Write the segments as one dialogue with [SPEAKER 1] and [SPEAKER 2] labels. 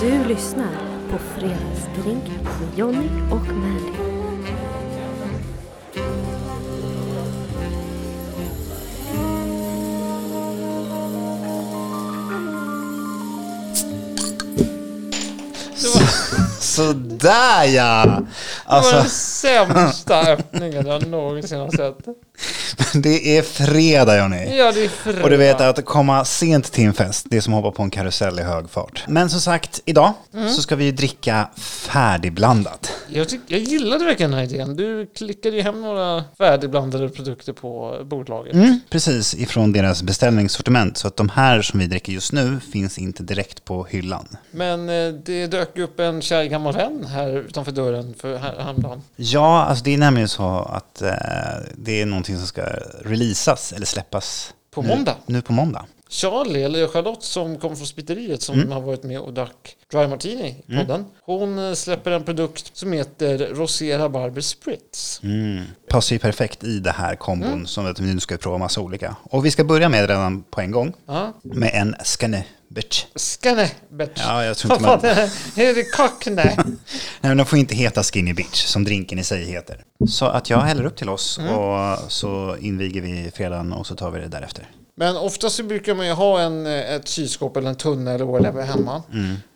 [SPEAKER 1] Du lyssnar på Fredagsdrink med Jonny och Mandy.
[SPEAKER 2] Sådär ja!
[SPEAKER 3] Det var
[SPEAKER 2] Alltså,
[SPEAKER 3] den sämsta öppningen jag någonsin har sett.
[SPEAKER 2] det är fredag Johnny.
[SPEAKER 3] Ja, det är fredag.
[SPEAKER 2] Och du vet att komma sent till en fest, det är som att hoppa på en karusell i hög fart. Men som sagt, idag
[SPEAKER 3] Mm.
[SPEAKER 2] så ska vi ju dricka färdigblandat.
[SPEAKER 3] jag, tyck, jag gillade verkligen den här idén. Du klickade ju hem några färdigblandade produkter på bolaget.
[SPEAKER 2] Mm, precis, ifrån deras beställningssortiment. Så att de här som vi dricker just nu finns inte direkt på hyllan.
[SPEAKER 3] Men eh, det dök upp en kär gammal vän här utanför dörren för här- häromdagen.
[SPEAKER 2] Ja, alltså det är nämligen så att eh, det är någonting som ska releasas eller släppas
[SPEAKER 3] På
[SPEAKER 2] nu,
[SPEAKER 3] måndag.
[SPEAKER 2] nu på måndag.
[SPEAKER 3] Charlie, eller Charlotte som kom från spiteriet som
[SPEAKER 2] Mm.
[SPEAKER 3] har varit med och drack Dry Martini i podden. Hon eh, släpper en produkt som heter Rosé Rabarber Spritz.
[SPEAKER 2] Mm. Passar ju perfekt i det här kombon
[SPEAKER 3] Mm.
[SPEAKER 2] som att vi nu ska prova massa olika. Och vi ska börja med redan på en gång
[SPEAKER 3] Ja.
[SPEAKER 2] med en skanne bitch.
[SPEAKER 3] Skinny bitch.
[SPEAKER 2] Ja, jag tror
[SPEAKER 3] Vad
[SPEAKER 2] inte
[SPEAKER 3] fan
[SPEAKER 2] man...
[SPEAKER 3] är det? Är det cockney?
[SPEAKER 2] Nej, men de får inte heta skinny bitch som drinken i sig heter. Så att jag häller upp till oss
[SPEAKER 3] Mm.
[SPEAKER 2] och så inviger vi fredagen och så tar vi det därefter.
[SPEAKER 3] Men oftast så brukar man ju ha en, eh, ett kylskåp eller en tunna eller whatever hemma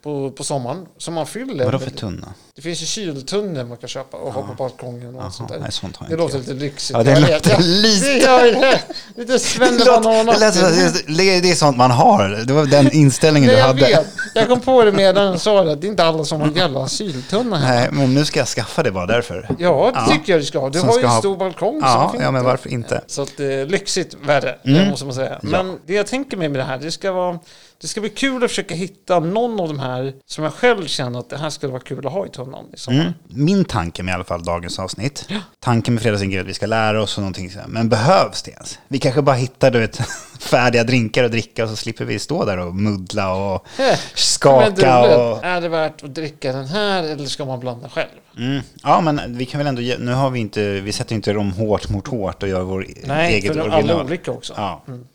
[SPEAKER 3] på, på sommaren som man fyller.
[SPEAKER 2] Mm. Vadå
[SPEAKER 3] med-
[SPEAKER 2] för tunna?
[SPEAKER 3] Det finns ju kyltunnor man kan köpa och ha på balkongen och
[SPEAKER 2] Jaha,
[SPEAKER 3] sånt där.
[SPEAKER 2] nej, sånt har jag
[SPEAKER 3] det
[SPEAKER 2] inte
[SPEAKER 3] låter
[SPEAKER 2] jag.
[SPEAKER 3] lite lyxigt.
[SPEAKER 2] Ja, det
[SPEAKER 3] Jag
[SPEAKER 2] låter
[SPEAKER 3] vet.
[SPEAKER 2] lite-
[SPEAKER 3] Det gör det. Lite svennebanan.
[SPEAKER 2] Det, lät som att det, det är sånt man har. Det var den inställningen
[SPEAKER 3] Nej,
[SPEAKER 2] du
[SPEAKER 3] jag
[SPEAKER 2] hade. Mm.
[SPEAKER 3] vet. Jag kom på det medan du sa det. Det är inte alla som har en jävla kyltunna här.
[SPEAKER 2] Nej, men nu ska jag skaffa det bara därför.
[SPEAKER 3] Ja, det
[SPEAKER 2] Ja.
[SPEAKER 3] tycker jag du ska ha. Du
[SPEAKER 2] Som
[SPEAKER 3] har
[SPEAKER 2] ska
[SPEAKER 3] ju en
[SPEAKER 2] ha-
[SPEAKER 3] stor balkong.
[SPEAKER 2] Ja,
[SPEAKER 3] som finns
[SPEAKER 2] ja men
[SPEAKER 3] där.
[SPEAKER 2] varför inte?
[SPEAKER 3] Så att, eh, lyxigt värre,
[SPEAKER 2] Mm.
[SPEAKER 3] det måste man säga. Men det jag tänker mig med det här, det ska, vara, det ska bli kul att försöka hitta någon av de här som jag själv känner att det här skulle vara kul att ha i liksom. tunnan. i sommar.
[SPEAKER 2] Mm. Min tanke med i alla fall dagens avsnitt, tanken med fredagsdrink är att vi ska lära oss och någonting sådär. Men behövs det ens? Vi kanske bara hittar du vet, färdiga drinkar och dricka och så slipper vi stå där och muddla och
[SPEAKER 3] Eh, Men du,
[SPEAKER 2] skaka och...
[SPEAKER 3] Är det värt att dricka den här eller ska man blanda själv?
[SPEAKER 2] Mm. Ja men vi kan väl ändå, ge- nu har vi inte, vi sätter inte dem hårt mot hårt och gör vår
[SPEAKER 3] Nej,
[SPEAKER 2] eget
[SPEAKER 3] för de är alla
[SPEAKER 2] original.
[SPEAKER 3] olika också.
[SPEAKER 2] Ja. Mm.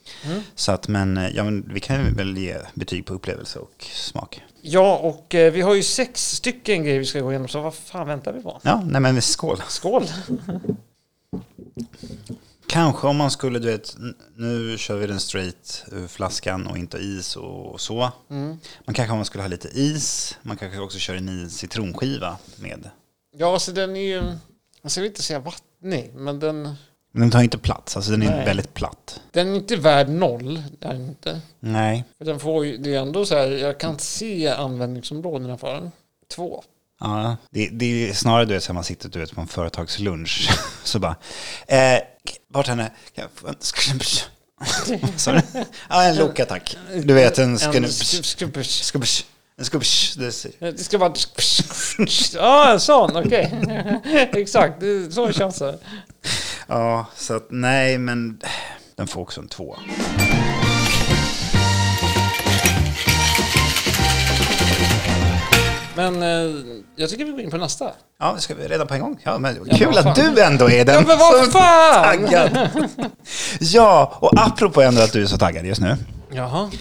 [SPEAKER 2] Så att men, ja men vi kan väl ge betyg på upplevelse och smak.
[SPEAKER 3] Ja, och eh, vi har ju sex stycken grejer vi ska gå igenom, så vad fan väntar vi på?
[SPEAKER 2] Ja, nej men skål.
[SPEAKER 3] Skål!
[SPEAKER 2] Kanske om man skulle, du vet, n- nu kör vi den straight ur flaskan och inte is och, och så. Man kanske om man skulle ha lite is, man kanske också kör en i citronskiva med.
[SPEAKER 3] Ja, så den är ju... Jag ska inte säga vattnig, men den,
[SPEAKER 2] Men den tar inte plats, alltså den är
[SPEAKER 3] Nej.
[SPEAKER 2] väldigt platt.
[SPEAKER 3] den är inte värd noll. Det är den inte.
[SPEAKER 2] Nej.
[SPEAKER 3] För den får ju, det är ändå så här, jag kan se användningsområdena för den. Två.
[SPEAKER 2] Ja, det, det är snarare du vet, så här man sitter du vet, på en företagslunch så bara, eh, bartender, kan jag få en skrumps? Sorry. Ja, en Loka tack. Du vet en
[SPEAKER 3] En
[SPEAKER 2] skrumps,
[SPEAKER 3] sk- sk-
[SPEAKER 2] skrumps, en skrumps. Det-
[SPEAKER 3] det ska vara... Ja, en sån, okej. Exakt, det- så känns det.
[SPEAKER 2] Ja, så att nej, men den får också en tvåa.
[SPEAKER 3] Men eh, jag tycker vi går in på nästa.
[SPEAKER 2] Ja, ska vi redan på en gång? Ja, men
[SPEAKER 3] men
[SPEAKER 2] kul
[SPEAKER 3] vad
[SPEAKER 2] att
[SPEAKER 3] fan.
[SPEAKER 2] du ändå är den
[SPEAKER 3] Ja, men vad
[SPEAKER 2] som
[SPEAKER 3] fan!
[SPEAKER 2] taggad. Ja, och apropå ändå att du är så taggad just nu.
[SPEAKER 3] Jaha.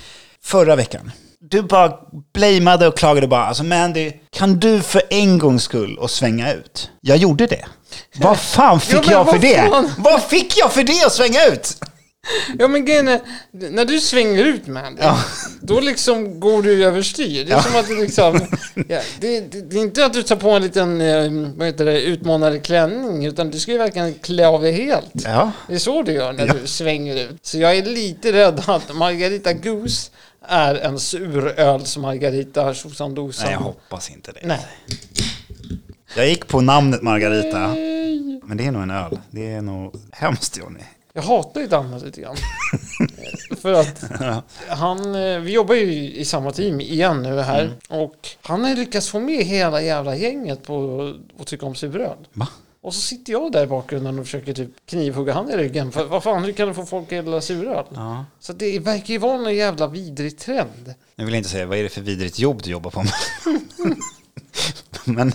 [SPEAKER 2] Förra veckan, du bara blameade och klagade bara, alltså Mandy, kan du för en gångs skull och svänga ut? Jag gjorde det. Vad fan fick
[SPEAKER 3] men
[SPEAKER 2] jag för
[SPEAKER 3] vad
[SPEAKER 2] det?
[SPEAKER 3] fan?
[SPEAKER 2] Vad fick jag för det att svänga ut?
[SPEAKER 3] Ja men grejen är, när du svänger ut med handen,
[SPEAKER 2] Ja.
[SPEAKER 3] då liksom går du överstyr. Det är som att du liksom, ja, det, det, det är inte att du tar på en liten, eh, vad heter det, utmanande klänning, utan du ska ju verkligen klä av dig helt.
[SPEAKER 2] Ja.
[SPEAKER 3] Det är så du gör när du svänger ut. Så jag är lite rädd att Margarita Goose är en suröls Margarita tjosan dosan.
[SPEAKER 2] Nej, jag hoppas inte det.
[SPEAKER 3] Nej.
[SPEAKER 2] Jag gick på namnet Margarita. Men det är nog en öl. Det är nog hemskt Johnny.
[SPEAKER 3] Jag hatar ju Danmark lite grann. För att han, eh, vi jobbar ju i samma team igen nu här.
[SPEAKER 2] Mm.
[SPEAKER 3] Och han har ju lyckats få med hela jävla gänget på att tycka om suröl.
[SPEAKER 2] Va?
[SPEAKER 3] Och så sitter jag där i bakgrunden och försöker typ knivhugga han i ryggen. För vad fan, hur kan du få folk att gilla suröl?
[SPEAKER 2] Ja.
[SPEAKER 3] Så det verkar ju vara en jävla vidrig trend.
[SPEAKER 2] Nu vill jag inte säga vad är det för vidrigt jobb du jobbar på med. Men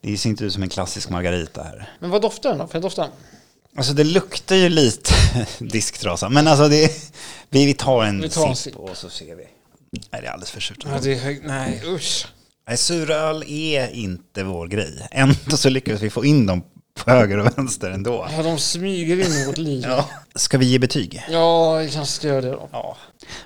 [SPEAKER 2] det ser inte ut som en klassisk margarita här.
[SPEAKER 3] Men vad doftar den då? Får jag dofta?
[SPEAKER 2] Alltså det luktar ju lite disktrasa. Men alltså det, vi, vi tar en
[SPEAKER 3] Vi tar en
[SPEAKER 2] sipp
[SPEAKER 3] sipp.
[SPEAKER 2] och så ser vi. Nej, det är alldeles för surt.
[SPEAKER 3] Ja, det är hög... Nej, usch.
[SPEAKER 2] Nej, suröl är inte vår grej. Ändå så lyckades vi få in dem på höger och vänster ändå.
[SPEAKER 3] Ja, de smyger in i vårt liv. Ja,
[SPEAKER 2] Ja. Ska vi ge betyg?
[SPEAKER 3] ja jag kanske ska göra det då.
[SPEAKER 2] Ja.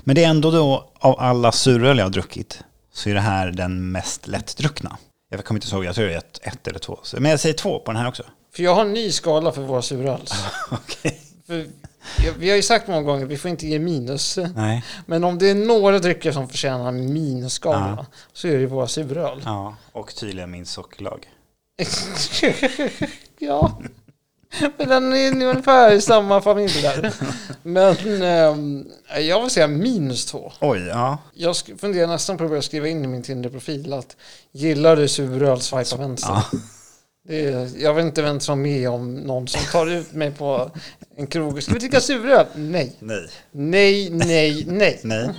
[SPEAKER 2] Men det är ändå då, av alla suröl jag har druckit, så är det här den mest lättdruckna. Jag kommer inte ihåg, jag tror det är ett, ett eller två. Så- Men jag säger två på den här också.
[SPEAKER 3] För jag har en ny skala för våra suröl.
[SPEAKER 2] Okej.
[SPEAKER 3] För jag- Vi har ju sagt många gånger att vi får inte ge minus.
[SPEAKER 2] Nej.
[SPEAKER 3] Men om det är några drycker som förtjänar minusskala så är det ju våra suröl.
[SPEAKER 2] Ja, och tydligen min sockerlag.
[SPEAKER 3] ja, men den är ungefär i samma familj där. Men ehm, jag vill säga minus två.
[SPEAKER 2] Oj, ja.
[SPEAKER 3] Jag sk- funderar nästan på att börja skriva in i min Tinder-profil att gillar du suröl, swipa vänster.
[SPEAKER 2] ja.
[SPEAKER 3] Det är, jag vill inte ens vara med om någon som tar ut mig på en krog. Ska vi dricka suröl? Nej,
[SPEAKER 2] Nej.
[SPEAKER 3] nej, nej, nej.
[SPEAKER 2] Nej.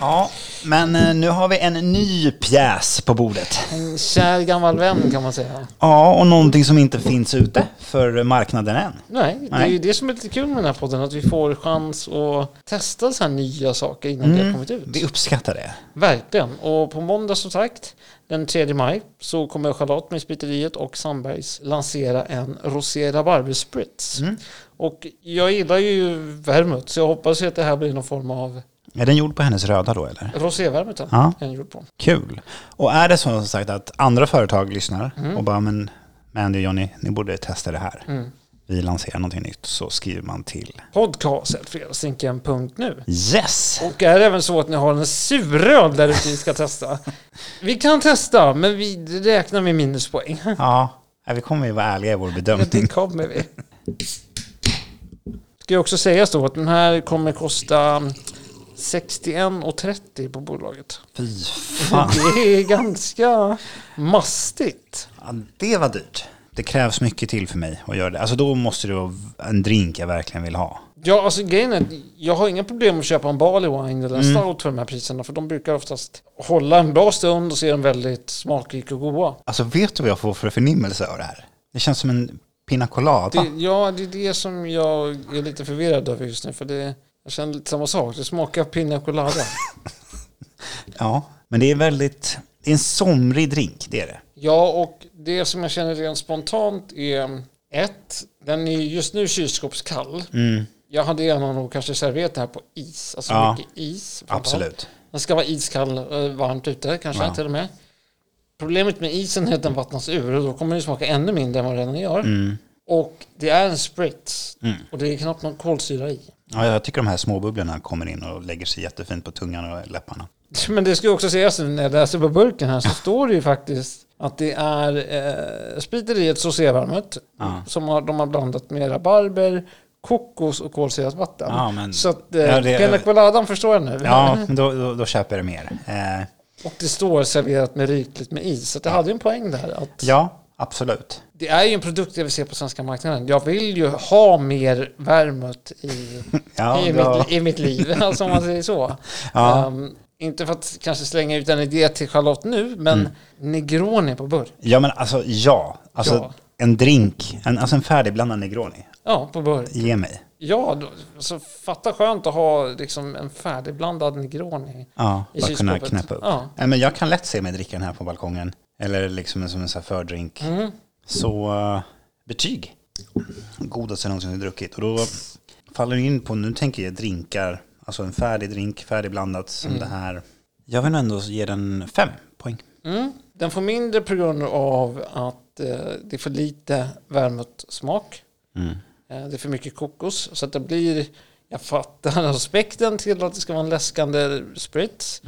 [SPEAKER 2] Ja, men eh, nu har vi en ny pjäs på bordet.
[SPEAKER 3] En kär gammal vän kan man säga.
[SPEAKER 2] Ja, och någonting som inte finns ute för marknaden än.
[SPEAKER 3] Nej, det är
[SPEAKER 2] Nej.
[SPEAKER 3] ju det som är lite kul med den här podden, att vi får chans att testa så här nya saker innan det har kommit ut.
[SPEAKER 2] Vi uppskattar Mm. det.
[SPEAKER 3] Verkligen. Och på måndag som sagt, den 3 maj, så kommer Charlotte med Spriteriet och Sandbergs lansera en Rosé Rabarber Spritz. Och jag gillar ju värmet, så jag hoppas ju att det här blir någon form av
[SPEAKER 2] Är den gjord på hennes röda då eller?
[SPEAKER 3] rosévärme den
[SPEAKER 2] Ja.
[SPEAKER 3] den är gjord på.
[SPEAKER 2] Kul. Och är det så som sagt att andra företag lyssnar och bara men Mandy och Johnny, ni borde testa det här. Vi lanserar någonting nytt så skriver man till
[SPEAKER 3] Podcast.fredagsdrinken.nu
[SPEAKER 2] Yes!
[SPEAKER 3] Och är det även så att ni har en suröl där ute vi ska testa? Vi kan testa, men vi räknar med minuspoäng.
[SPEAKER 2] Ja, ja, vi kommer ju vara ärliga i vår bedömning.
[SPEAKER 3] Det kommer vi. Ska jag också säga så att den här kommer kosta 61,30 på bolaget.
[SPEAKER 2] Fy fan.
[SPEAKER 3] Det är ganska mastigt.
[SPEAKER 2] Ja, det var dyrt. Det krävs mycket till för mig att göra det. Alltså då måste det vara en drink jag verkligen vill ha.
[SPEAKER 3] Ja, alltså grejen är, att jag har inga problem att köpa en Barley Wine eller en Stout för de här priserna, för de brukar oftast hålla en bra stund och så är de väldigt smakrik och goda.
[SPEAKER 2] Alltså vet du vad jag får för förnimmelse av det här? Det känns som en pina colada.
[SPEAKER 3] Det, ja, det är det som jag är lite förvirrad över just nu, för det, jag känner lite samma sak. Det smakar pina colada.
[SPEAKER 2] Ja, men det är väldigt... Det är en somrig drink, det är det.
[SPEAKER 3] Ja, och det som jag känner rent spontant är ett, den är just nu kylskåpskall. Jag hade gärna nog kanske serverat det här på is, alltså
[SPEAKER 2] Mm. Ja.
[SPEAKER 3] mycket is. framför allt.
[SPEAKER 2] Absolut.
[SPEAKER 3] Den ska vara iskall, eh, varmt ute kanske
[SPEAKER 2] Ja.
[SPEAKER 3] till och med. Problemet med isen är att den vattnas ur och då kommer den smaka ännu mindre än vad den gör.
[SPEAKER 2] Mm.
[SPEAKER 3] Och det är en spritz och det är knappt någon kolsyra i.
[SPEAKER 2] Ja, jag tycker de här småbubblorna kommer in och lägger sig jättefint på tungan och läpparna.
[SPEAKER 3] Men det ska ju också sägas nu när jag läser på burken här så står det ju faktiskt att det är eh, spriteriet Sosévarmet
[SPEAKER 2] Ja.
[SPEAKER 3] som har, de har blandat med rabarber, kokos och kolsyrat vatten.
[SPEAKER 2] Ja, men-
[SPEAKER 3] så att eh,
[SPEAKER 2] Ja, det-
[SPEAKER 3] Pina Coladan förstår jag nu.
[SPEAKER 2] Ja, men då, då, då köper jag det mer. Eh,
[SPEAKER 3] Och det står serverat med rikligt med is. Så att det hade ju en poäng där. Att
[SPEAKER 2] ja, absolut.
[SPEAKER 3] Det är ju en produkt jag vill se på svenska marknaden. Jag vill ju ha mer vermouth i,
[SPEAKER 2] Ja,
[SPEAKER 3] i,
[SPEAKER 2] då-
[SPEAKER 3] mitt, i mitt liv, alltså om man säger så.
[SPEAKER 2] Ja.
[SPEAKER 3] Ehm, inte för att kanske slänga ut en idé till Charlotte nu, men
[SPEAKER 2] Mm.
[SPEAKER 3] Negroni på burk.
[SPEAKER 2] ja men alltså ja. Alltså
[SPEAKER 3] Ja.
[SPEAKER 2] en drink, en, alltså en färdigblandad Negroni.
[SPEAKER 3] Ja, på burk.
[SPEAKER 2] Ge mig.
[SPEAKER 3] Ja, då, alltså, fatta skönt att ha liksom, en färdigblandad Negroni.
[SPEAKER 2] Ja,
[SPEAKER 3] I
[SPEAKER 2] bara kunna
[SPEAKER 3] kylskåpet.
[SPEAKER 2] knäppa upp.
[SPEAKER 3] Ja.
[SPEAKER 2] Nej, men jag kan lätt se mig dricka den här på balkongen. Eller liksom en- som en sån här fördrink.
[SPEAKER 3] Mm.
[SPEAKER 2] Så eh, betyg. Godaste jag någonsin har druckit. Och då faller det in på, nu tänker jag drinkar, alltså en färdig drink, färdigblandat som det här. Jag vill ändå ge den fem poäng.
[SPEAKER 3] Mm. Den får mindre på grund av att eh, det är för lite vermouthsmak. Eh, det är för mycket kokos. Så att det blir, jag fattar aspekten till att det ska vara en läskande spritz.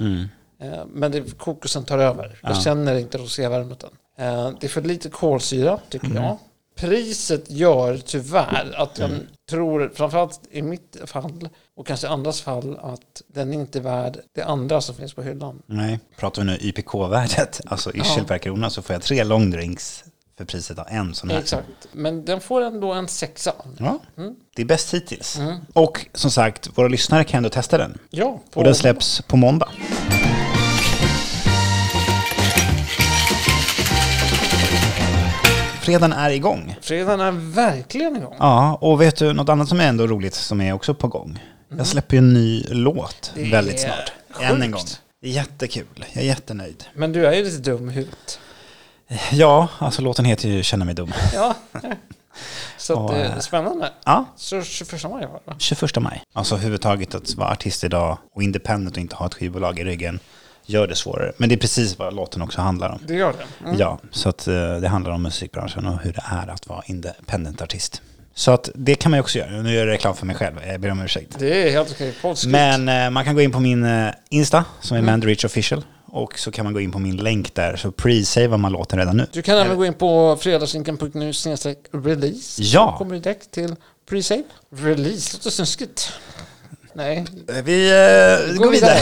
[SPEAKER 3] Eh, men det, kokosen tar över. Jag känner inte rosévermouth än. Eh, det är för lite kolsyra, tycker
[SPEAKER 2] Mm.
[SPEAKER 3] jag. Priset gör tyvärr att jag
[SPEAKER 2] Mm.
[SPEAKER 3] tror, framförallt i mitt fall och kanske andras fall, att den inte är värd det andra som finns på hyllan.
[SPEAKER 2] Nej, pratar vi nu YPK-värdet, alltså yrsel per krona, så får jag tre långdrinks för priset av en sån här.
[SPEAKER 3] Exakt. Mm. Men den får ändå en sexa.
[SPEAKER 2] Ja, det är bäst hittills.
[SPEAKER 3] Mm.
[SPEAKER 2] Och som sagt, våra lyssnare kan ändå testa den.
[SPEAKER 3] Ja, på
[SPEAKER 2] Och den släpps på måndag. Fredagen är igång.
[SPEAKER 3] fredagen är verkligen igång.
[SPEAKER 2] Ja, och vet du något annat som är ändå roligt som är också på gång? Jag släpper ju en ny låt
[SPEAKER 3] Mm. Det
[SPEAKER 2] väldigt
[SPEAKER 3] är
[SPEAKER 2] snart.
[SPEAKER 3] sjukt.
[SPEAKER 2] Än en gång. Jättekul. Jag är jättenöjd.
[SPEAKER 3] Men du är ju lite dum i huvudet.
[SPEAKER 2] Ja, alltså låten heter ju Känna mig dum.
[SPEAKER 3] Ja. Så att,
[SPEAKER 2] Och,
[SPEAKER 3] det
[SPEAKER 2] eh,
[SPEAKER 3] är spännande.
[SPEAKER 2] Ja,
[SPEAKER 3] Så 21 maj var det va?
[SPEAKER 2] 21 maj. Alltså överhuvudtaget att vara artist idag och independent och inte ha ett skivbolag i ryggen gör det svårare. Men det är precis vad låten också handlar om.
[SPEAKER 3] Det gör det. Mm.
[SPEAKER 2] Ja, så att eh, det handlar om musikbranschen och hur det är att vara independent artist. Så att det kan man ju också göra. Nu gör jag reklam för mig själv, jag ber om ursäkt.
[SPEAKER 3] Det är helt okej. Podskrift.
[SPEAKER 2] Men eh, man kan gå in på min eh, Insta som är Mandarich official och så kan man gå in på min länk där så pre-savar man låten redan nu.
[SPEAKER 3] Du kan även gå in på fredagslinken.nu snedstreck release.
[SPEAKER 2] Ja.
[SPEAKER 3] Kommer du direkt till pre-save. Release låter snuskigt. Nej,
[SPEAKER 2] Eh, Vi eh,
[SPEAKER 3] Gå
[SPEAKER 2] går vidare.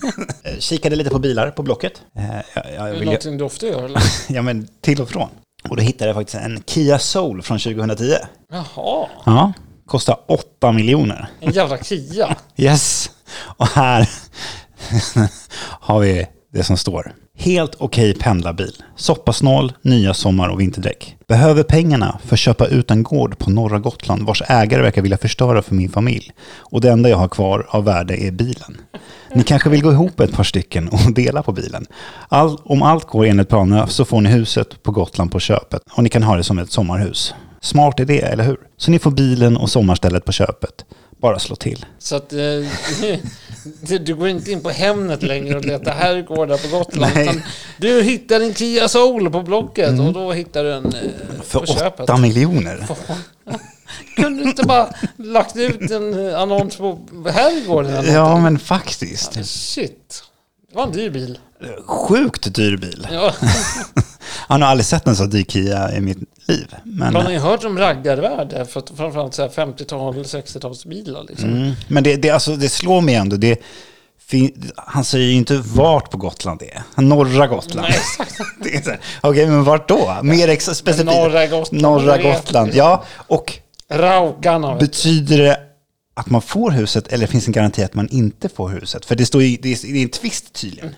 [SPEAKER 3] vidare.
[SPEAKER 2] Eh, Kikade lite på bilar på Blocket. Eh, jag, jag
[SPEAKER 3] är
[SPEAKER 2] vill
[SPEAKER 3] det
[SPEAKER 2] ju,
[SPEAKER 3] någonting du ofta gör eller?
[SPEAKER 2] ja, men till och från. Och då hittade jag faktiskt en Kia Soul från 2010.
[SPEAKER 3] Jaha,
[SPEAKER 2] Ja. Kostar 8 miljoner.
[SPEAKER 3] en jävla Kia.
[SPEAKER 2] Yes! Och här har vi det som står. Helt okej pendlarbil. Soppasnål, nya sommar och vinterdäck. Behöver pengarna för att köpa ut en gård på norra Gotland vars ägare verkar vilja förstöra för min familj. Och det enda jag har kvar av värde är bilen. Ni kanske vill gå ihop ett par stycken och dela på bilen. All, om allt går enligt planerna så får ni huset på Gotland på köpet och ni kan ha det som ett sommarhus. Smart idé, eller hur? Så ni får bilen och sommarstället på köpet. Bara slå till.
[SPEAKER 3] Så att eh, du- du går inte in på Hemnet längre och letar herrgårdar på Gotland.
[SPEAKER 2] Nej. Mm.
[SPEAKER 3] Utan du hittar en Kia Soul på Blocket och då hittar du en eh, på
[SPEAKER 2] För
[SPEAKER 3] köpet.
[SPEAKER 2] 8 miljoner?
[SPEAKER 3] Kunde du inte bara lagt ut en eh, annons på herrgården? eller
[SPEAKER 2] Ja, men faktiskt.
[SPEAKER 3] något? Shit, det var en dyr bil.
[SPEAKER 2] Sjukt dyr bil.
[SPEAKER 3] Ja.
[SPEAKER 2] Jag har nog aldrig sett en så dyr Kia i mitt liv. Men,
[SPEAKER 3] Man har ju hört om raggarvärde, för att framförallt så här 50-tal, 60-talsbilar. Liksom.
[SPEAKER 2] mm, men det, det, alltså, det slår mig ändå. Det, fin- han säger ju inte vart på Gotland det är. Norra Gotland.
[SPEAKER 3] Nej, exakt.
[SPEAKER 2] Det är så här, Okej, men vart då? Mer ex- specifikt.
[SPEAKER 3] norra Gotland.
[SPEAKER 2] Norra
[SPEAKER 3] Det är-
[SPEAKER 2] Gotland, ja. Och
[SPEAKER 3] Raukarna. vet
[SPEAKER 2] betyder det att man får huset eller finns en garanti att man inte får huset? För det står ju, det är, det är en twist tydligen.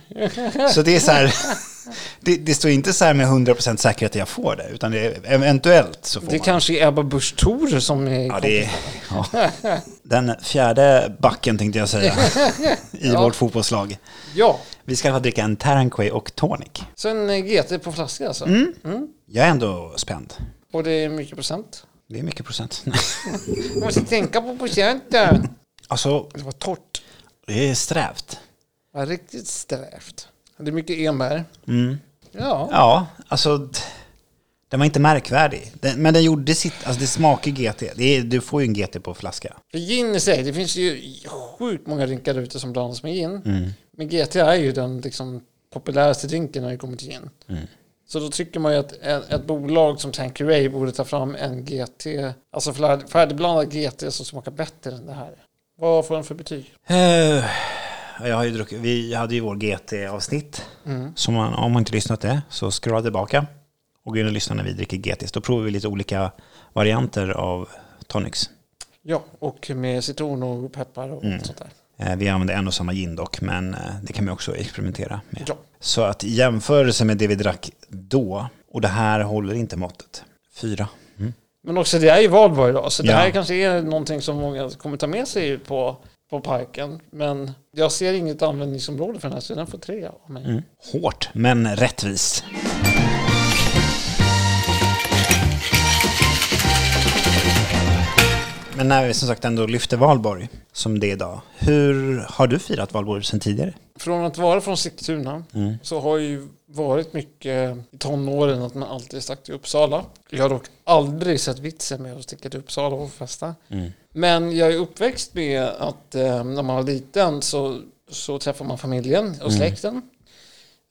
[SPEAKER 2] Så det är så här, det, det står inte så här med 100% säkerhet att jag får det, utan det är eventuellt så får
[SPEAKER 3] du. Det
[SPEAKER 2] man.
[SPEAKER 3] kanske är Ebba Busch Thor som är...
[SPEAKER 2] Ja, det är, ja. Den fjärde backen tänkte jag säga i vårt fotbollslag.
[SPEAKER 3] Ja.
[SPEAKER 2] Vi ska i alla fall dricka en Taranquay och tonic.
[SPEAKER 3] Sen eh, GT på flaska alltså.
[SPEAKER 2] Mm. Jag är ändå spänd.
[SPEAKER 3] Och det är mycket procent.
[SPEAKER 2] Det är mycket procent.
[SPEAKER 3] Man måste tänka på procenten.
[SPEAKER 2] Alltså,
[SPEAKER 3] Det var torrt.
[SPEAKER 2] det är strävt.
[SPEAKER 3] Det var riktigt strävt. Det är mycket enbär.
[SPEAKER 2] Mm.
[SPEAKER 3] Ja.
[SPEAKER 2] Ja, alltså d- den var inte märkvärdig. Den, men den gjorde sitt, alltså det smakar GT. Det är, du får ju en GT på flaska.
[SPEAKER 3] För gin i sig, det finns ju sjukt många drinkar ute som blandas med gin. Men GT är ju den liksom populäraste drinken när det kommer till gin. Så då tycker man ju att ett, ett bolag som Tanqueray borde ta fram en GT, alltså fär- färdigblandad GT som smakar bättre än det här. Vad får den för betyg?
[SPEAKER 2] Eh, Jag har ju druckit, vi hade ju vår GT-avsnitt. Så man, om man inte lyssnat det så scrolla tillbaka och gå in och lyssna när vi dricker GTs. Då provar vi lite olika varianter av tonics.
[SPEAKER 3] Ja, och med citron och peppar och sånt där.
[SPEAKER 2] Eh, Vi använder en och samma gin dock, men eh, det kan man också experimentera med.
[SPEAKER 3] Ja.
[SPEAKER 2] Så att i jämförelse med det vi drack då, och det här håller inte måttet. Fyra. Mm.
[SPEAKER 3] Men också det är ju valborg idag, så det
[SPEAKER 2] Ja.
[SPEAKER 3] här kanske är någonting som många kommer ta med sig på, på parken. Men jag ser inget användningsområde för den här, så den får tre av mig.
[SPEAKER 2] Hårt, men rättvist. Men när vi som sagt ändå lyfter valborg, som det är idag, hur har du firat valborg sedan tidigare?
[SPEAKER 3] Från att vara från Sigtuna så har ju varit mycket i tonåren att man alltid stack till Uppsala. Jag har dock aldrig sett vitsen med att sticka till Uppsala och festa. Men jag är uppväxt med att eh, när man var liten så, så träffar man familjen och släkten.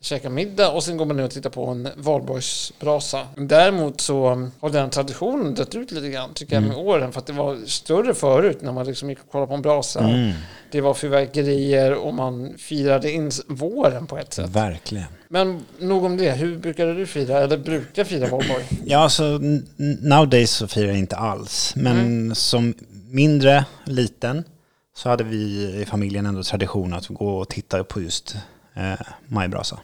[SPEAKER 3] Käkar middag och sen går man ner och tittar på en valborgsbrasa. Däremot så har den traditionen dött ut lite grann tycker jag med åren. För att det var större förut när man liksom gick och kollade på en brasa. Det var fyrverkerier och man firade in våren på ett sätt.
[SPEAKER 2] Verkligen.
[SPEAKER 3] Men nog om det. Hur brukade du fira? Eller brukar fira valborg?
[SPEAKER 2] Ja, alltså n- n- nowadays så firar jag inte alls. Men som mindre, liten, så hade vi i familjen ändå tradition att gå och titta på just eh, majbrasa.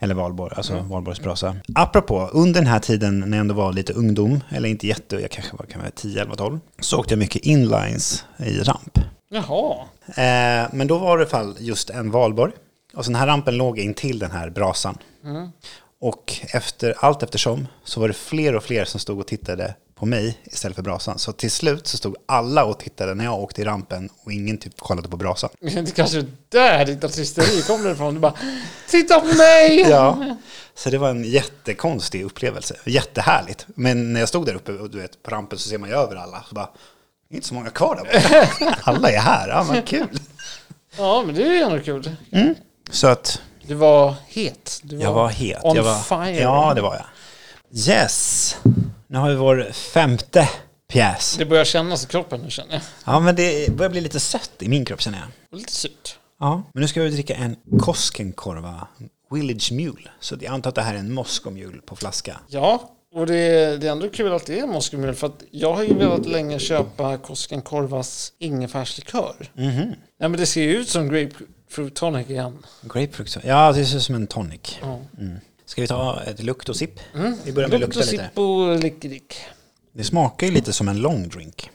[SPEAKER 2] Eller valborg, alltså valborgsbrasa. Apropå, under den här tiden när jag ändå var lite ungdom, eller inte jätte, jag kanske var, kan vara 10, 11, 12, så åkte jag mycket inlines i ramp.
[SPEAKER 3] Jaha.
[SPEAKER 2] Eh, men då var det i alla fall just en valborg. Och så den här rampen låg in till den här brasan. Och efter, allt eftersom så var det fler och fler som stod och tittade på mig istället för brasan. Så till slut så stod alla och tittade när jag åkte i rampen och ingen typ kollade på brasan.
[SPEAKER 3] Det kanske är där ditt artisteri kommer ifrån. Du bara Titta på mig!
[SPEAKER 2] Ja, så det var en jättekonstig upplevelse. Jättehärligt. Men när jag stod där uppe och du vet, på rampen så ser man ju över alla. Så bara, det är inte så många kvar där borta. Alla är här, ja men kul.
[SPEAKER 3] Ja, men det är ju ändå kul.
[SPEAKER 2] Så att
[SPEAKER 3] Du var het. Du
[SPEAKER 2] jag var het.
[SPEAKER 3] On
[SPEAKER 2] jag var,
[SPEAKER 3] fire.
[SPEAKER 2] Ja, det var jag. Yes, nu har vi vår femte pjäs.
[SPEAKER 3] Det börjar kännas i kroppen nu känner jag.
[SPEAKER 2] Ja, men det börjar bli lite sött i min kropp känner jag.
[SPEAKER 3] Och Lite surt.
[SPEAKER 2] Ja, men nu ska vi dricka en Koskenkorva Village Mule. Så jag antar att det här är en Moscow Mule på flaska.
[SPEAKER 3] Ja, och det, det är ändå kul att det är Moskomjöl för att jag har ju velat länge köpa Koskenkorvas ingefärslikör.
[SPEAKER 2] Mhm.
[SPEAKER 3] Nej men det ser ju ut som grapefruit tonic igen.
[SPEAKER 2] Grapefruit. Ja, det ser ut som en tonic.
[SPEAKER 3] Ja. Mm.
[SPEAKER 2] Mm. Ska vi ta ett lukt och sipp? Vi börjar med lukta lite.
[SPEAKER 3] Lukto lickidick.
[SPEAKER 2] Det smakar ju lite som en long drink.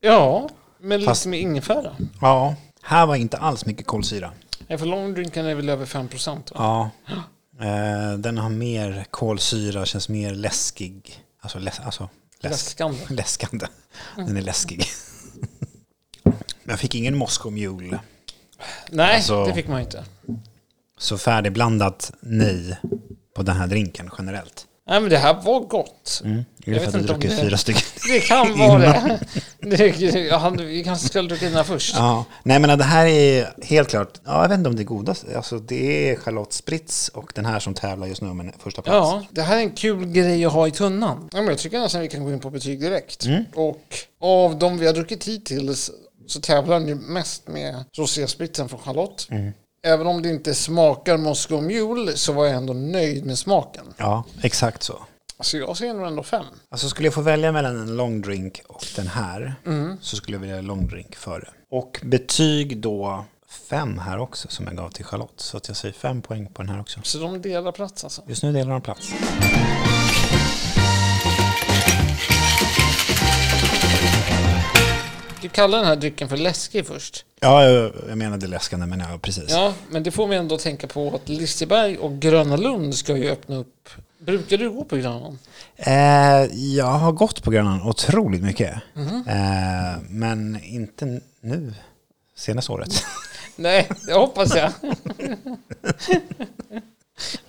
[SPEAKER 3] Ja, men
[SPEAKER 2] Fast-
[SPEAKER 3] lite med ingefära.
[SPEAKER 2] Ja, här var inte alls mycket kolsyra.
[SPEAKER 3] Nej, för långdrinken är väl över 5% va?
[SPEAKER 2] Ja. Eh, den har mer kolsyra, känns mer läskig. Alltså, läs, alltså läsk,
[SPEAKER 3] Läskande.
[SPEAKER 2] läskande. Den är läskig. Jag fick ingen Moscow Mule.
[SPEAKER 3] Nej,
[SPEAKER 2] Alltså-
[SPEAKER 3] det fick man ju inte.
[SPEAKER 2] Så färdigblandat nej på den här drinken generellt.
[SPEAKER 3] Nej men det här var gott.
[SPEAKER 2] Mm. Är det
[SPEAKER 3] Jag
[SPEAKER 2] för
[SPEAKER 3] vet
[SPEAKER 2] att du
[SPEAKER 3] inte om
[SPEAKER 2] druckit
[SPEAKER 3] det-
[SPEAKER 2] fyra stycken?
[SPEAKER 3] Det kan vara det. det han, vi kanske skulle dricka den här först.
[SPEAKER 2] Ja, nej men det här är helt klart, ja, jag vet inte om det är godast, alltså det är Charlotte Spritz och den här som tävlar just nu om en första plats.
[SPEAKER 3] Ja, det här är en kul grej att ha i tunnan. Ja, men jag tycker nästan vi kan gå in på betyg direkt.
[SPEAKER 2] Mm.
[SPEAKER 3] Och av de vi har druckit hittills så tävlar den ju mest med roséspritzen från Charlotte.
[SPEAKER 2] Mm.
[SPEAKER 3] Även om det inte smakar Moscow Mule så var jag ändå nöjd med smaken.
[SPEAKER 2] Ja, exakt så.
[SPEAKER 3] Så jag ser nog ändå fem.
[SPEAKER 2] Alltså skulle jag få välja mellan en long drink och den här så skulle jag vilja long drink före. Och betyg då fem här också som jag gav till Charlotte. Så att jag säger fem poäng på den här också.
[SPEAKER 3] Så de delar plats alltså.
[SPEAKER 2] Just nu delar de plats.
[SPEAKER 3] Du kallar den här drycken för läskig först.
[SPEAKER 2] Ja, jag, jag menade läskande men ja, precis.
[SPEAKER 3] Ja, men det får vi ändå tänka på att Liseberg och Gröna Lund ska ju öppna upp. Brukar du gå på Gröna Lund?
[SPEAKER 2] Eh, jag har gått på Grönan otroligt mycket. Eh, men inte nu, senaste året.
[SPEAKER 3] Nej, det hoppas jag.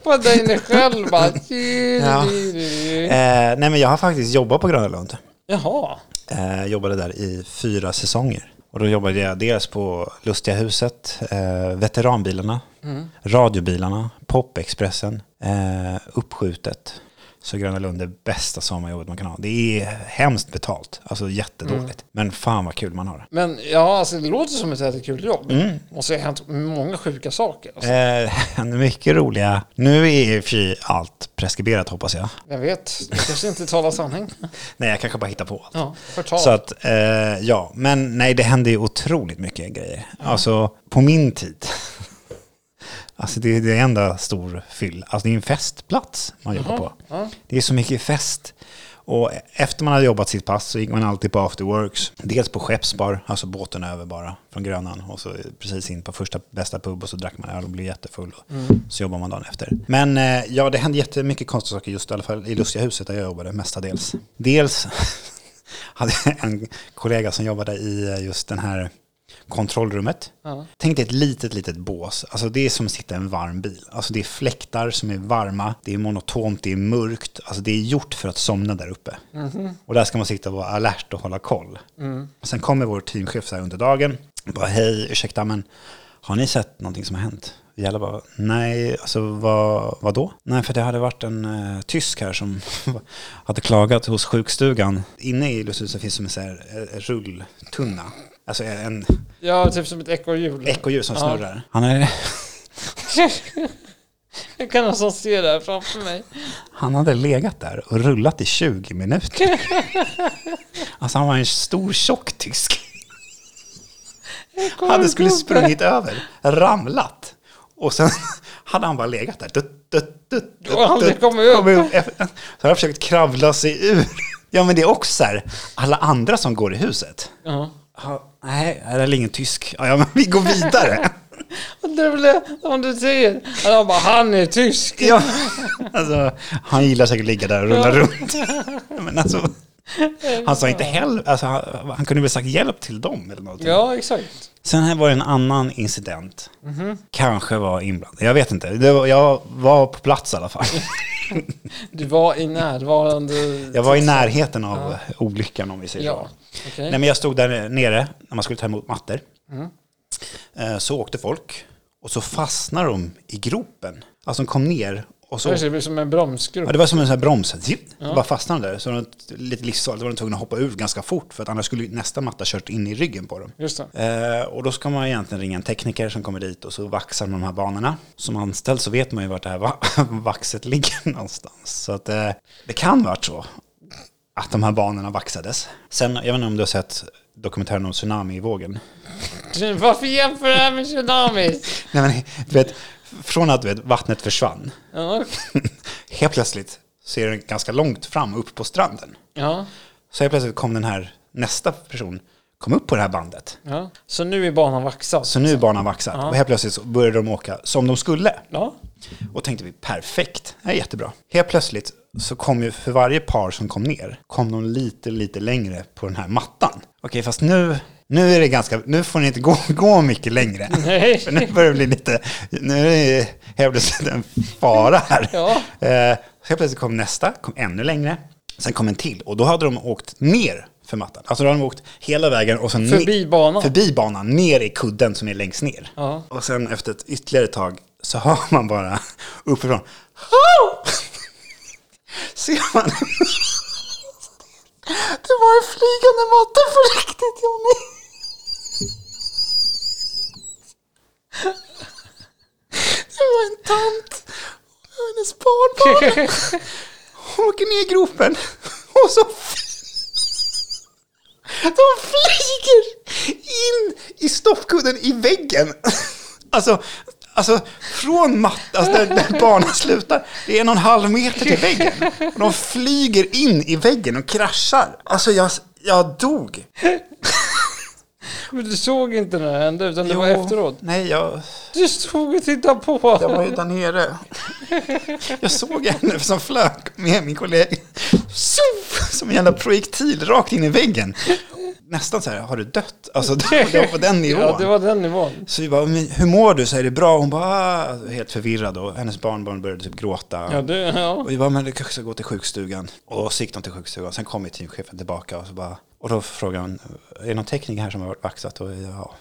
[SPEAKER 3] På dig nu själv bara.
[SPEAKER 2] Ja.
[SPEAKER 3] Mm.
[SPEAKER 2] eh, nej men jag har faktiskt jobbat på Gröna Lund.
[SPEAKER 3] Jaha.
[SPEAKER 2] Eh, jobbade där i fyra säsonger. Och då jobbade jag dels på Lustiga huset, eh, Veteranbilarna, Radiobilarna, Popexpressen, eh, Uppskjutet. Så Gröna Lund är det bästa sommarjobbet man kan ha. Det är hemskt betalt, alltså jättedåligt. Men fan vad kul man har det.
[SPEAKER 3] Men ja, alltså det låter som ett väldigt kul jobb.
[SPEAKER 2] Mm.
[SPEAKER 3] Måste ha hänt många sjuka saker. Alltså.
[SPEAKER 2] Eh, mycket roliga. Nu är ju fy allt preskriberat hoppas jag.
[SPEAKER 3] Jag vet, du kanske inte talar sanning.
[SPEAKER 2] Nej, jag kanske bara hittar på allt.
[SPEAKER 3] Ja, förtal.
[SPEAKER 2] Så att, eh, ja, men nej, det hände ju otroligt mycket grejer. Alltså, på min tid. Alltså det är det enda stor fyll. Alltså det är en festplats man jobbar på.
[SPEAKER 3] Ja.
[SPEAKER 2] Det är så mycket fest. Och efter man hade jobbat sitt pass så gick man alltid på afterworks. Dels på Skeppsbar, alltså båten över bara från Grönan. Och så precis in på första bästa pub och så drack man öl och blev jättefull. Och Så jobbar man dagen efter. Men eh, ja, det hände jättemycket konstiga saker just i alla fall i Lustiga huset där jag jobbade mestadels. Dels hade jag en kollega som jobbade i eh, just den här kontrollrummet.
[SPEAKER 3] Ja.
[SPEAKER 2] Tänk dig ett litet, litet bås. Alltså det är som att sitta i en varm bil. Alltså det är fläktar som är varma, det är monotont, det är mörkt. Alltså det är gjort för att somna där uppe. Och där ska man sitta och vara alert och hålla koll. Sen kommer vår teamchef så här under dagen. Bara hej, ursäkta men har ni sett någonting som har hänt? Vi alla bara, nej, alltså vad, vad då? Nej, för det hade varit en eh, tysk här som hade klagat hos sjukstugan. Inne i Lusthuset finns som en så här, eh, rulltunna. Alltså en
[SPEAKER 3] Ja, typ som ett ekorrhjul.
[SPEAKER 2] ekorrhjul som
[SPEAKER 3] Ja.
[SPEAKER 2] snurrar. Han, är,
[SPEAKER 3] jag kan nästan se det här framför mig.
[SPEAKER 2] han hade legat där och rullat i 20 minuter. alltså han var en stor tjock tysk. Han hade skulle sprungit över, ramlat. Och sen hade han bara legat där. Dutt, dutt, dutt, dutt,
[SPEAKER 3] Och aldrig
[SPEAKER 2] dutt.
[SPEAKER 3] kommit upp.
[SPEAKER 2] Så har han försökt kravla sig ur. Ja men det är också så här, alla andra som går i huset.
[SPEAKER 3] Ja.
[SPEAKER 2] Ja, Nej, här är ingen tysk. Ja, ja, men vi går vidare.
[SPEAKER 3] Och Det är väl det som du säger. Och de bara, han är tysk.
[SPEAKER 2] ja, alltså, han gillar säkert att ligga där och rulla runt. Men alltså, han sa inte heller, alltså, han, han kunde väl sagt hjälp till dem eller någonting.
[SPEAKER 3] Ja, exakt.
[SPEAKER 2] Sen här var det en annan incident. Kanske var inblandad, jag vet inte. Det var, jag var på plats i alla fall.
[SPEAKER 3] Du var i närvarande...
[SPEAKER 2] Jag var i närheten av olyckan om vi säger
[SPEAKER 3] Ja,
[SPEAKER 2] så.
[SPEAKER 3] okej.
[SPEAKER 2] Nej, men jag stod där nere när man skulle ta emot mattor. Eh, Så åkte folk och så fastnade de i gropen. Alltså de kom ner och så...
[SPEAKER 3] Kanske det blir som en bromsgrop.
[SPEAKER 2] Ja, det var som en sån här broms. Zipp, Bara fastnade där. Så de, lite livsfarligt var de tvungna att hoppa ur ganska fort för att annars skulle nästa matta kört in i ryggen på dem.
[SPEAKER 3] Just det.
[SPEAKER 2] Eh, och då ska man egentligen ringa en tekniker som kommer dit och så vaxar man de här banorna. Som anställd så vet man ju vart det här va- vaxet ligger någonstans. Så att eh, det kan varit så att de här banorna vaxades. Sen, jag vet inte om du har sett dokumentären om tsunamivågen.
[SPEAKER 3] Varför jämför du det här med tsunamis?
[SPEAKER 2] Nej men, du vet, från att du vet, vattnet försvann,
[SPEAKER 3] Ja.
[SPEAKER 2] helt plötsligt ser den ganska långt fram upp på stranden.
[SPEAKER 3] ja.
[SPEAKER 2] Så helt plötsligt kom den här, nästa person kom upp på det här bandet.
[SPEAKER 3] Ja. Så nu är banan vaxad.
[SPEAKER 2] Så nu är banan vaxad och helt plötsligt så började de åka som de skulle.
[SPEAKER 3] Ja.
[SPEAKER 2] Och tänkte vi, perfekt, det är jättebra. Helt plötsligt så kom ju för varje par som kom ner, kom de lite, lite längre på den här mattan. Okej, fast nu, nu är det ganska, nu får ni inte gå, gå mycket längre.
[SPEAKER 3] Nej.
[SPEAKER 2] För nu börjar det bli lite, nu är det helt plötsligt en fara här.
[SPEAKER 3] Ja.
[SPEAKER 2] Eh, så helt plötsligt kom nästa, kom ännu längre. Sen kom en till och då hade de åkt ner för mattan. Alltså då hade de åkt hela vägen och sen
[SPEAKER 3] Förbi
[SPEAKER 2] ner,
[SPEAKER 3] banan.
[SPEAKER 2] förbi banan, ner i kudden som är längst ner.
[SPEAKER 3] Ja.
[SPEAKER 2] Och sen efter ett ytterligare tag så hör man bara uppifrån. Ser man? Det var en flygande matta för riktigt Johnny. Det var en tant och hennes barnbarn. Hon åker ner i gropen och så de flyger in i stoppkudden i väggen. Alltså, alltså från mattan, alltså där, där banan slutar, det är en och en halv meter till väggen. Och de flyger in i väggen och kraschar. Alltså jag, jag dog.
[SPEAKER 3] Men du såg inte när det hände, utan det var
[SPEAKER 2] Jo,
[SPEAKER 3] efteråt.
[SPEAKER 2] Nej, jag,
[SPEAKER 3] Du stod och tittade på.
[SPEAKER 2] jag var ju där nere. Jag såg henne som flög med min kollega. Zoom! Som en jävla projektil rakt in i väggen. Nästan så här, har du dött? Alltså det var på den nivån.
[SPEAKER 3] Ja, det var den nivån.
[SPEAKER 2] Så vi bara, "Men hur mår du? Så är det bra? Hon bara, "Ah", helt förvirrad och hennes barnbarn började typ gråta.
[SPEAKER 3] Ja, det, ja.
[SPEAKER 2] Och vi bara, men du kanske ska gå till sjukstugan. Och så gick de till sjukstugan. Sen kom ju teamchefen tillbaka och så bara, och då frågade hon, är det någon tekniker här som har varit vaxat? Och ja,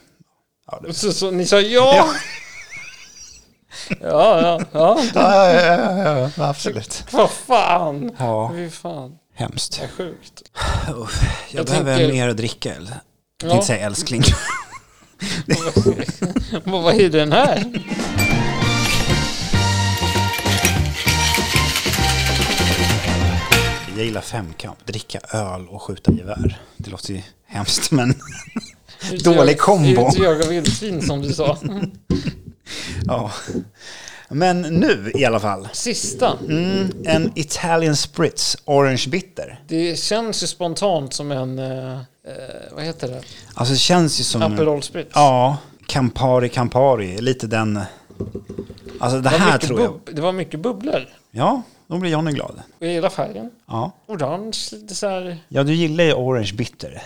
[SPEAKER 2] ja, det,
[SPEAKER 3] Så, så ni sa ja. Ja, ja,
[SPEAKER 2] ja,
[SPEAKER 3] ja.
[SPEAKER 2] ja, ja, ja, ja, absolut.
[SPEAKER 3] Vad fan.
[SPEAKER 2] Ja,
[SPEAKER 3] Fy fan.
[SPEAKER 2] hemskt.
[SPEAKER 3] Det är sjukt.
[SPEAKER 2] Uff, jag,
[SPEAKER 3] Jag
[SPEAKER 2] behöver
[SPEAKER 3] tänker-
[SPEAKER 2] mer att dricka. eller? Jag tänkte
[SPEAKER 3] Ja.
[SPEAKER 2] säga älskling.
[SPEAKER 3] Vad vad är den här?
[SPEAKER 2] Jag gillar femkamp, dricka öl och skjuta gevär. Det låter ju hemskt, men Dålig kombo.
[SPEAKER 3] Utjaga vildsvin som du sa.
[SPEAKER 2] ja. Men nu i alla fall.
[SPEAKER 3] Sista.
[SPEAKER 2] Mm, en Italian Spritz Orange Bitter.
[SPEAKER 3] Det känns ju spontant som en, eh, eh, vad heter det?
[SPEAKER 2] Alltså det känns ju som...
[SPEAKER 3] Aperol Spritz.
[SPEAKER 2] Ja, Campari Campari. Lite den... Alltså det
[SPEAKER 3] Det var
[SPEAKER 2] här
[SPEAKER 3] mycket
[SPEAKER 2] tror jag...
[SPEAKER 3] bub- Det var mycket bubblor.
[SPEAKER 2] Ja, då blir Johnny glad.
[SPEAKER 3] Och jag gillar färgen.
[SPEAKER 2] Ja.
[SPEAKER 3] Orange, lite så här.
[SPEAKER 2] ja, du gillar ju Orange Bitter.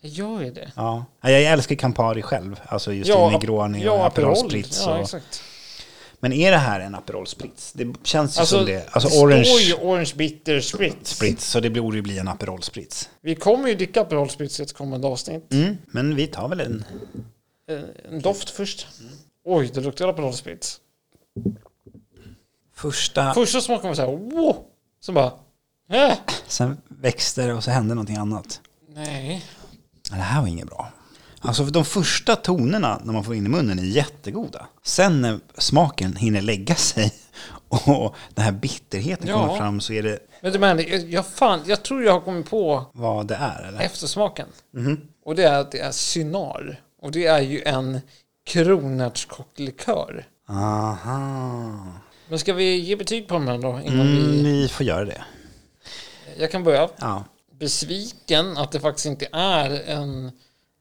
[SPEAKER 3] Jag gör ju det.
[SPEAKER 2] Ja. Ja, Jag älskar Campari själv. Alltså just i Negroni och Aperol Spritz.
[SPEAKER 3] Ja,
[SPEAKER 2] och...
[SPEAKER 3] exakt.
[SPEAKER 2] Men är det här en Aperol Spritz? Det känns ju
[SPEAKER 3] Alltså,
[SPEAKER 2] som det. Alltså
[SPEAKER 3] det står
[SPEAKER 2] Orange
[SPEAKER 3] ju Orange Bitter Spritz.
[SPEAKER 2] Spritz, så det borde ju bli en Aperol Spritz.
[SPEAKER 3] Vi kommer ju dricka Aperol Spritz i ett kommande avsnitt.
[SPEAKER 2] Mm, men vi tar väl en... Mm.
[SPEAKER 3] Eh, En doft först. Oj, det luktar Aperol Spritz.
[SPEAKER 2] Första...
[SPEAKER 3] Första smaken var så här, wow! Sen bara, äh.
[SPEAKER 2] Sen växte det och så hände någonting annat.
[SPEAKER 3] Nej.
[SPEAKER 2] Ja, Det här var inget bra. Alltså för de första tonerna när man får in i munnen är jättegoda. Sen när smaken hinner lägga sig och den här bitterheten
[SPEAKER 3] Ja.
[SPEAKER 2] kommer fram så är det
[SPEAKER 3] Men du menar, jag, jag, fan, jag tror jag har kommit på
[SPEAKER 2] vad det är eller?
[SPEAKER 3] eftersmaken.
[SPEAKER 2] Mhm.
[SPEAKER 3] Och det är att det är Cynar. Och det är ju en kronärtskocklikör.
[SPEAKER 2] Aha.
[SPEAKER 3] Men ska vi ge betyg på den här då? Innan
[SPEAKER 2] Mm,
[SPEAKER 3] vi,
[SPEAKER 2] vi får göra det.
[SPEAKER 3] jag kan börja.
[SPEAKER 2] Ja.
[SPEAKER 3] Besviken att det faktiskt inte är en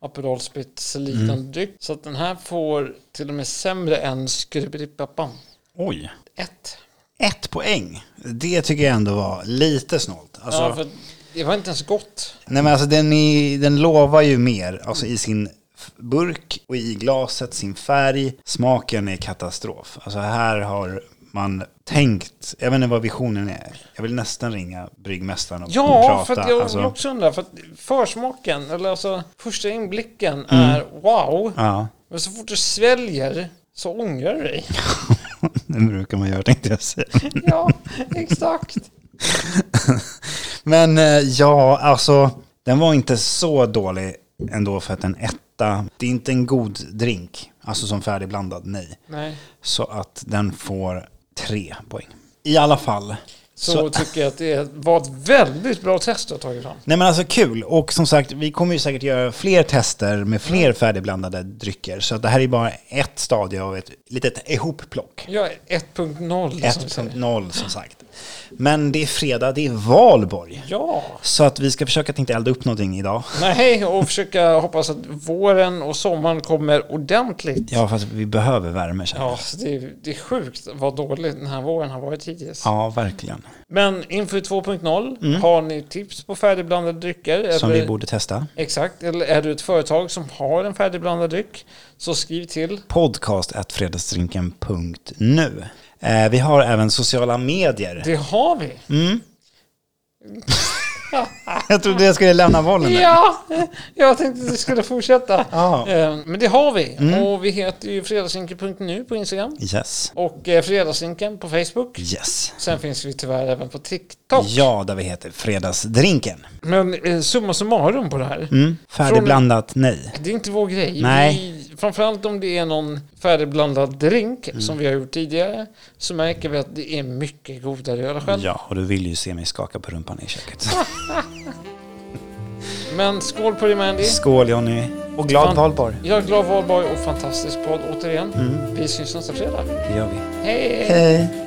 [SPEAKER 3] Aperol Spritz liten
[SPEAKER 2] Mm.
[SPEAKER 3] dryck. Så att den här får till och med sämre än Skrubberipappan.
[SPEAKER 2] Oj.
[SPEAKER 3] Ett.
[SPEAKER 2] Ett poäng. Det tycker jag ändå var lite snålt. Alltså,
[SPEAKER 3] Ja, för det var inte ens gott.
[SPEAKER 2] Nej men alltså den, är, den lovar ju mer, alltså i sin f- burk och i glaset, sin färg. Smaken är katastrof. Alltså här har man tänkt, jag vet inte vad visionen är. Jag vill nästan ringa bryggmästaren och
[SPEAKER 3] Ja,
[SPEAKER 2] prata.
[SPEAKER 3] för att jag
[SPEAKER 2] alltså,
[SPEAKER 3] också undrar. För att försmaken, eller alltså första inblicken är wow.
[SPEAKER 2] Mm. Ja,
[SPEAKER 3] Men så fort du sväljer så ångrar du dig.
[SPEAKER 2] det brukar man göra tänkte jag säga.
[SPEAKER 3] Ja, exakt.
[SPEAKER 2] Men eh, ja, alltså den var inte så dålig ändå för att en etta, det är inte en god drink, alltså som färdigblandad, nej.
[SPEAKER 3] Nej,
[SPEAKER 2] Så att den får tre poäng. I alla fall.
[SPEAKER 3] så,
[SPEAKER 2] Så,
[SPEAKER 3] tycker jag att det var ett väldigt bra test du har tagit fram.
[SPEAKER 2] nej men alltså kul. Och som sagt, vi kommer ju säkert göra fler tester med fler färdigblandade drycker. Så att det här är bara ett stadie av ett litet ihopplock.
[SPEAKER 3] Ja, 1.0 som vi säger.
[SPEAKER 2] 1.0 som sagt. Men det är fredag, det är valborg.
[SPEAKER 3] Ja,
[SPEAKER 2] Så att vi ska försöka att inte elda upp någonting idag.
[SPEAKER 3] nej, och försöka hoppas att våren och sommaren kommer ordentligt.
[SPEAKER 2] Ja, fast vi behöver värme känner jag.
[SPEAKER 3] Ja, så det, är- det är sjukt vad dålig den här våren har varit hittills.
[SPEAKER 2] Ja, verkligen.
[SPEAKER 3] Men inför 2.0, har ni tips på färdigblandade drycker?
[SPEAKER 2] Mm. Som
[SPEAKER 3] eller,
[SPEAKER 2] vi borde testa.
[SPEAKER 3] Exakt, eller är du ett företag som har en färdigblandad dryck så skriv till.
[SPEAKER 2] Podcast.fredagsdrinken.nu eh, Vi har även sociala medier.
[SPEAKER 3] Det har vi.
[SPEAKER 2] Mm. Jag trodde jag skulle lämna bollen där.
[SPEAKER 3] Ja, jag tänkte att du skulle fortsätta.
[SPEAKER 2] Ja. Mm.
[SPEAKER 3] Eh, Men det har vi. Och vi heter ju fredagsrinken.nu på Instagram.
[SPEAKER 2] Yes.
[SPEAKER 3] Och eh, fredagsrinken på Facebook.
[SPEAKER 2] Yes.
[SPEAKER 3] Sen finns vi tyvärr även på TikTok.
[SPEAKER 2] Ja, där vi heter Fredagsdrinken.
[SPEAKER 3] Men eh, summa summarum på det här.
[SPEAKER 2] Mm. Färdigblandat, nej.
[SPEAKER 3] Det är inte vår grej.
[SPEAKER 2] Nej. Mm.
[SPEAKER 3] Vi, framförallt om det är någon färdigblandad drink som vi har gjort tidigare så märker vi att det är mycket godare att göra själv.
[SPEAKER 2] Ja, och du vill ju se mig skaka på rumpan i köket.
[SPEAKER 3] Men skål på dig Mandy.
[SPEAKER 2] Skål Jonny. Och glad
[SPEAKER 3] Fan.
[SPEAKER 2] valborg.
[SPEAKER 3] Jag är
[SPEAKER 2] Mm.
[SPEAKER 3] glad valborg och fantastisk podd återigen. Vi syns nästa fredag.
[SPEAKER 2] Det gör vi.
[SPEAKER 3] Hej!
[SPEAKER 2] Hej.